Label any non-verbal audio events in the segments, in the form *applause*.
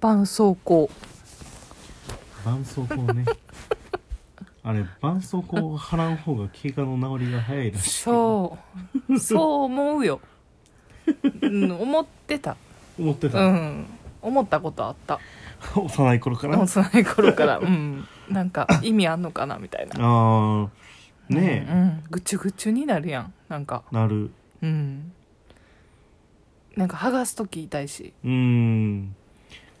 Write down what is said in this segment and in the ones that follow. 絆創膏絆創膏 *laughs* ねあれ絆創膏を払う方が経過の治りが早いらしいそう *laughs* そう思うよ、うん、思ってた *laughs* 思ってた、うん思ったことあった幼い頃からあ幼い頃からうんなんか意味あんのかなみたいなあーねうえ、ん、ぐちゅぐちゅになるやんなんかなるうんなんか剥がす時痛いしうーん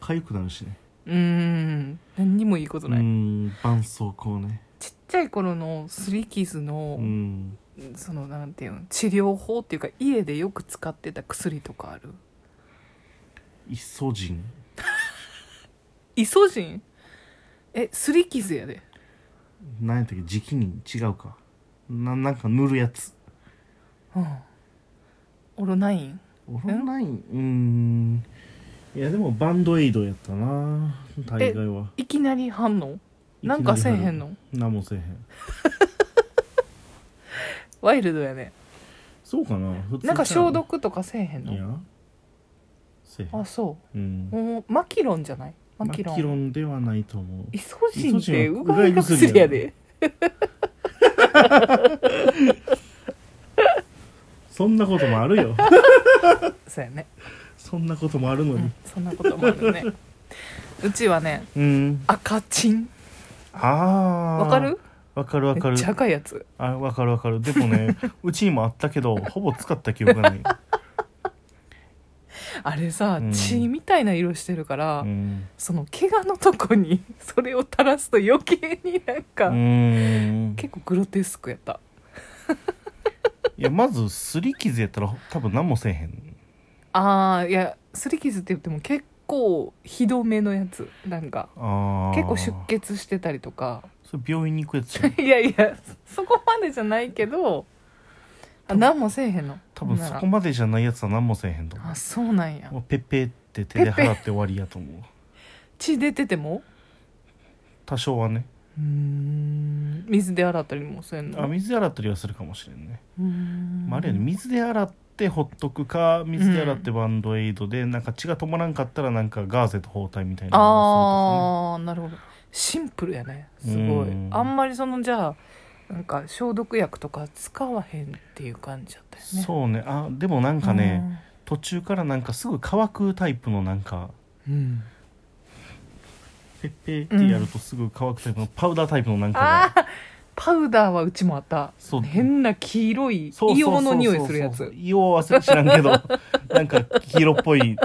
痒くなるしねうん何にもいいことうーない、ん絆創膏ねちっちゃい頃のすり傷うの、んそのなんていうの治療法っていうか家でよく使ってた薬とかあるイソジンイソジンえすり傷やで何やったっけ時期に違うかななんか塗るやつうんオロナインオロナインうーんいやでもバンドエイドやったな大概はいきなり反応なんかせえへんの何もせえへんワイルドやねそうかな普通なんかちゃう消毒とかせえへんいのやせえへんあそうんうもうマキロンじゃないマキロンではないと思うイソジンっイソジてンはうがい薬やでそんなこともある *laughs* よそうやね、そんなこともあるのうにん、そんなこともある *laughs* ねうちはねうん赤チンああわかるわかるわかめっるちゃ赤いやつあわかるわかるでも *laughs* ねうちにもあったけどほぼ使った記憶がない、あれさ、うん血みたいな色してるから、うん、その怪我のとこにそれを垂らすと余計になんうか、ーん結構グロテスクやったいやまずすり傷やったら多分何もせえへんああいやすり傷って言っても結構ひどめのやつなんかあー結構出血してたりとかそれ病院に行くやつじゃ *laughs* んいやいやそこまでじゃないけどあ何もせえへんの多分ほんそならこまでじゃないやつは何もせえへんと思あそうなんやうもうペッペーって手で払って終わりやと思う血出てても多少はねうーん水で洗ったりもせんのあ水で洗ったりはするかもしれんねうーんまあ、あるよね水で洗ってほっとくか水で洗ってバンドエイドで、なんか血が止まらんかったらなんかガーゼと包帯みたいなのをああなるほどシンプルやねすごいうんあんまりそのじゃあなんか消毒薬とか使わへんっていう感じだったよするねとかねそうねあでもなんかね、途中からなんかすぐ乾くタイプのなんかうん、うんペッペーってやるとすぐ乾くタイプのパウダータイプのなんかが、あーパウダーはうちもあったそう変な黄色いそうそうそうそ硫う黄の匂いするやつ硫黄は忘れ知らんけどなんか黄色っぽい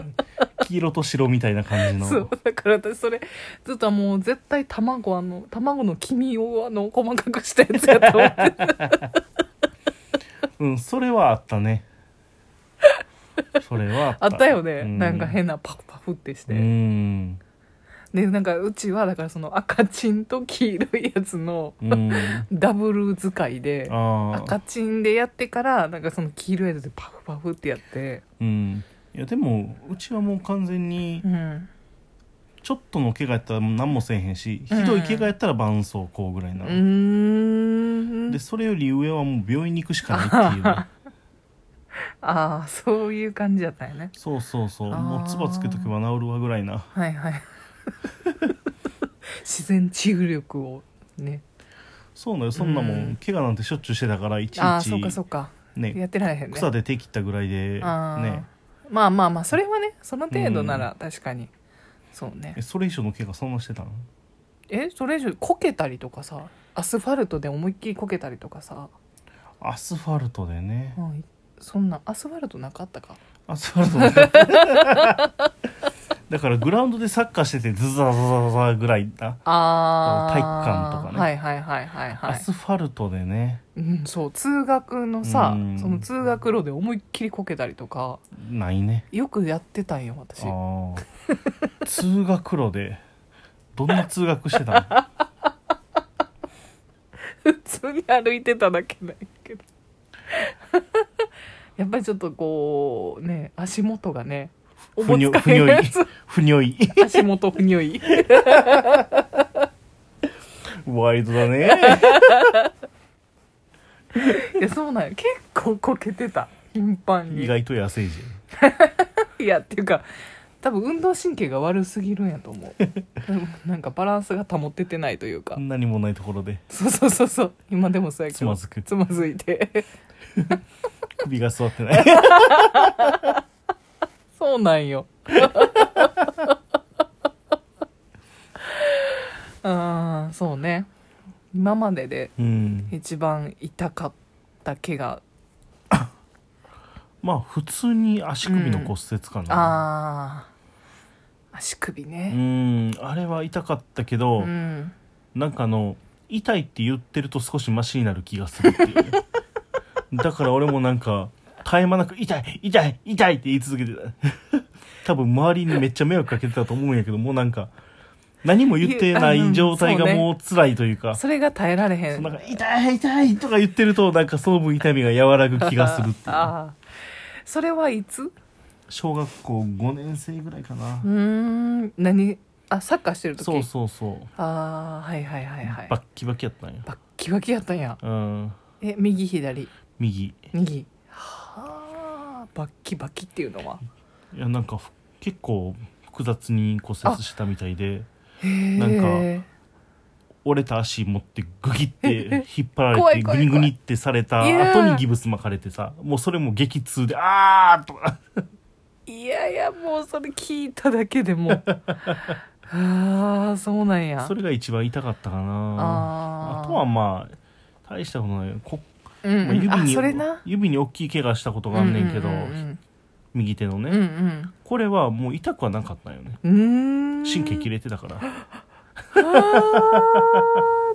黄色と白みたいな感じのそうだから私それずっともう絶対卵あの卵の黄身をあの細かくしたやつやと思 *laughs* ってうんそれはあったねそれはあったよね、うんなんか変なパフパフってして、うんでなんかうちはだからその赤チンと黄色いやつのうんダブル使いでああ赤チンでやってからなんかその黄色いやつでパフパフってやって、うんいやでもうちはもう完全にうん、ちょっとの怪我やったら何もせえへんし、うんひどい怪我やったら絆創膏ぐらいなうーの、んでそれより上はもう病院に行くしかないっていうねああそういう感じだったよねそうそうそうあーもう唾つけとけば治るわぐらいなはいはい *laughs* 自然治癒力をねそうなよそんなもうん、ん怪我なんてしょっちゅうしてたからいちいああちそうかそうかねやってられへんね草で手切ったぐらいであーねまあまあまあそれはねその程度なら確かに、そうねえそれ以上の怪我そんなしてたのえそれ以上こけたりとかさアスファルトで思いっきりこけたりとかさ、アスファルトでねうんそんなアスファルトなかったかアスファルトの中 *laughs* だからグラウンドでサッカーしててズザザザザぐらいだ、あー体育館とかねはいはいはいはいはアい、スファルトでねうん、そう通学のさうんその通学路で思いっきりこけたりとかないねよくやってたんよ私あー通学路でどんな通学してた *laughs* の普通に歩いてただけないけど *laughs* やっぱりちょっとこうね足元がねおぼつかふにへんょいやつふにょい *laughs* 足元不匂いワイルド *laughs* だねいやそうなんよ結構こけてた頻繁に意外と野生児いやっていうか多分運動神経が悪すぎるんやと思ううん *laughs* なんかバランスが保ててないというか何もないところでそうそうそうそう今でもそうやけどつま *laughs* ずくつまずいて首が座ってない *laughs* そうなんよ *laughs* あーそうね今まででうん一番痛かった怪我まあ普通に足首の骨折かあなー足首うんねあれは痛かったけど、うんなんかあの痛いって言ってると少しマシになる気がするって *laughs* いうねだから俺もなんか絶え間なく痛い痛い痛いって言い続けてた *laughs* 多分周りにめっちゃ迷惑かけてたと思うんやけどもうなんか何も言ってな言うあういん状態そがうねもう辛いというかそれが耐えられへそんうなんか痛い痛いとか言ってるとなんかその分痛みが和らぐ気がするっていうああそれはいつ小学校5年生ぐらいかなうーん何あサッカーしてる時そうそうそうああはいはいはいはいバッキバキやったんやバッキバキやったんやうんえ右左右右はあバッキバキっていうのはいやなんかふ結構複雑に骨折したみたいでへえなん折れた足持ってグギって引っ張ら怖れてい怖いグ怖いニグニってされたいやー後にギブス巻かれてさもうそれも激痛であーとかいやいやもうそれ聞いただけでも *laughs* うああそうなんやそれが一番痛かったかなああーとはまあ大したことないこ、うんまあうん、あ指それにな指に大きい怪我したことがあんねんけど、うんうん右手のね、うんうんこれはもう痛くはなかったよねうんうんうーん神経切れてたからあー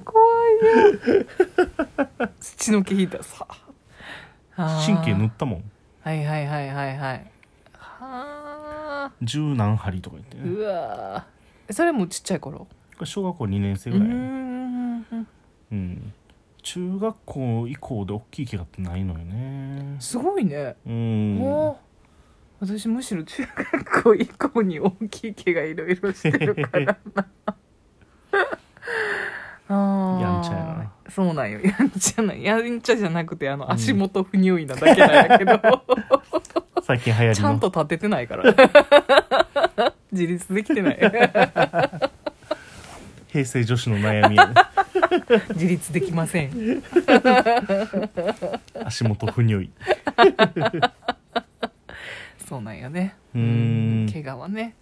怖い *laughs* よ土の気引いたさあー神経塗ったもんはいはいはいはいはいはあ十何針とか言ってねうわーそれもちっちゃい頃これ小学校2年生うぐらい、んうん、中学校以降で大きい怪我ってないのよねすごいね、うんもう私むしろ中学校以降に大きい毛がいろいろしてるからあ *laughs* ーやんちゃやなそうなんよやんちゃなやんちゃじゃなくてあの足元不入意なだけなんやけ *laughs* ど、最近流行りのちゃんと立ててないから *laughs* 自立できてない *laughs* 平成女子の悩みやね自立できません足元不如意そうなんよねうーん怪我はね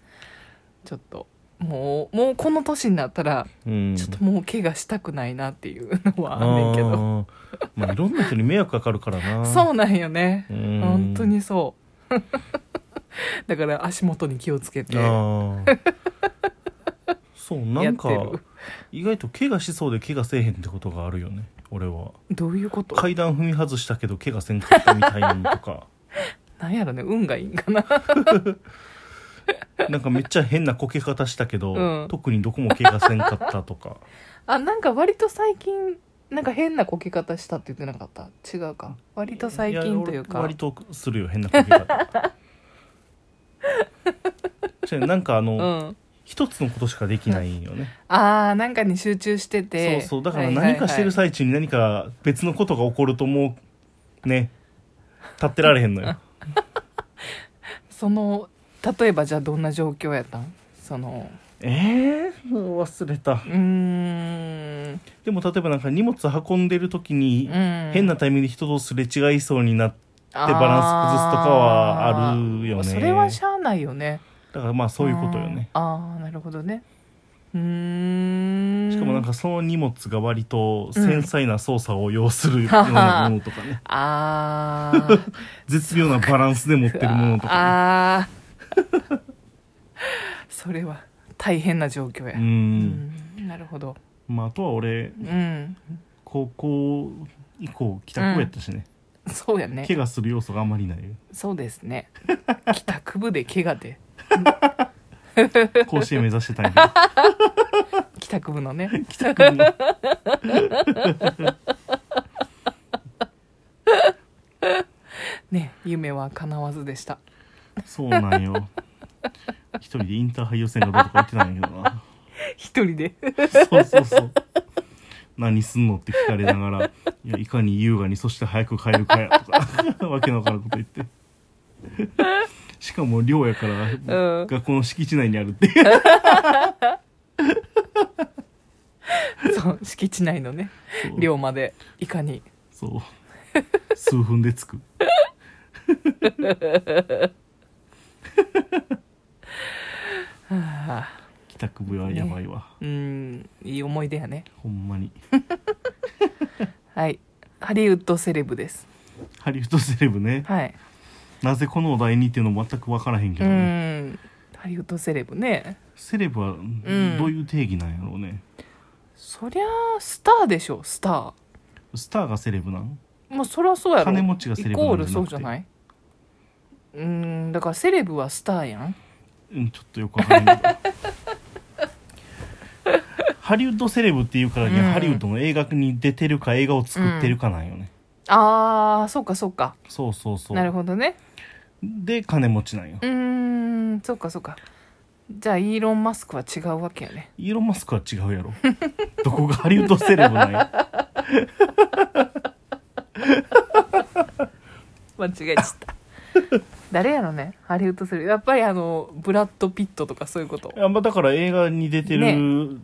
ちょっともうもうこの年になったらうんちょっともう怪我したくないなっていうのはあんねんけどあーまあいろんな人に迷惑かかるからなそうなんよねうん本当にそう *laughs* だから足元に気をつけてやあーそうなんかってる意外と怪我しそうで怪我せえへんってことがあるよね俺はどういうこと階段踏み外したけど怪我せんかったみたいなのとかなんやろね運がいいんかななんかめっちゃ変なこけ方したけど、うん特にどこも怪我せんかったとかあなんか割と最近なんか変なこけ方したって言ってなかった違うか割と最近というやか割とするよ変なこけ方じゃあなんかあうのん一、つのことしかできないよね、あーなんかに集中しててそうそうだかはらいはいはい何かしてる最中に何か別のことが起こるともうね立ってられへんのよその例えばじゃあどんな状況やったんそのえー、忘れたうーんでも例えばなんか荷物運んでる時にうん変なタイミングで人とすれ違いそうになってバランス崩すとかはあるよねあーそれはしゃあないよねだからまあそういうことよねうんああなるほどねうーんしかもなんかその荷物が割と繊細な操作を要するようなものと *laughs* かねあー絶妙なバランスで持ってるものとか、 *laughs* あーそれは大変な状況や、ね、う、うんなるほどまああとは俺うん高校以降帰宅部やったしね、そうやね怪我する要素があんま *laughs* りないそうですね帰宅部で怪我で甲子園目指してたんや帰宅部のねけど帰宅部の *laughs* ね夢は叶わずでしたそうなんよ一人でインターハイ予選がどうとか言ってたんやけどな一人でそうそうそう。何すんのって聞かれながら、いや、い *laughs* かに優雅に、そして早く帰るかや、とか、わけのわからんこと言って。しかも寮やから、ん学校の敷地内にあるっていう *laughs* そう敷地内のねそう寮までいかにそう数分で *laughs* 着くはあ帰宅部はやばいわ、うんいい思い出やねほんまにはいハリウッドセレブですハリウッドセレブねはいなぜこのお題にっていうのも全く分からへんけうどね、んハリウッドセレブねセレブはどういう定義なんやろうね、そりゃスターでしょスタースターがセレブなんまあそりゃそうやろ金持ちがセレブイなんコールじゃなくてそうじゃないうんだからセレブはスターやんうんちょっとよくわ *laughs* からへんけどハリウッドセレブっていうからには、うんハリウッドの映画に出てるか映画を作ってるかなんよね、あーそうかそうかそうそうそうなるほどねで金持ちなんようーんそうかそうかじゃあイーロン・マスクは違うわけやねイーロン・マスクは違うやろどこがハリウッドセレブなんや間違えちゃった *laughs* 誰やろねハリウッドセレブやっぱりあのブラッド・ピットとかそういうことあまあだから映画に出てる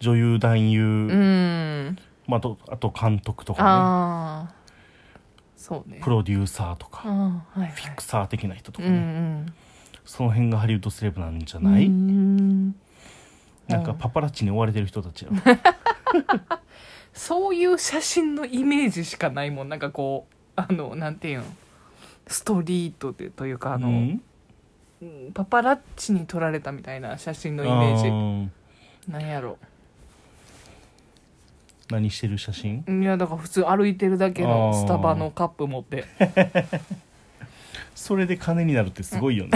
女優男優、うーんまあ、とあと監督とか、ああそうねね、プロデューサーとあか、ーはい、はい、ピクサー的な人とかうね、んその辺がハリウッドセレブなんじゃうんないうーんなんかうんパパラッチに追われてる人たちやろそういう写真のイメージしかないもんなんかこうあのなんていうのストリートでというかあの、うんうんパパラッチに撮られたみたいな写真のイメあーージなんやろ何してる写真いやだから普通歩いてるだけのあースタバのカップ持ってそれで金になるってすごいよね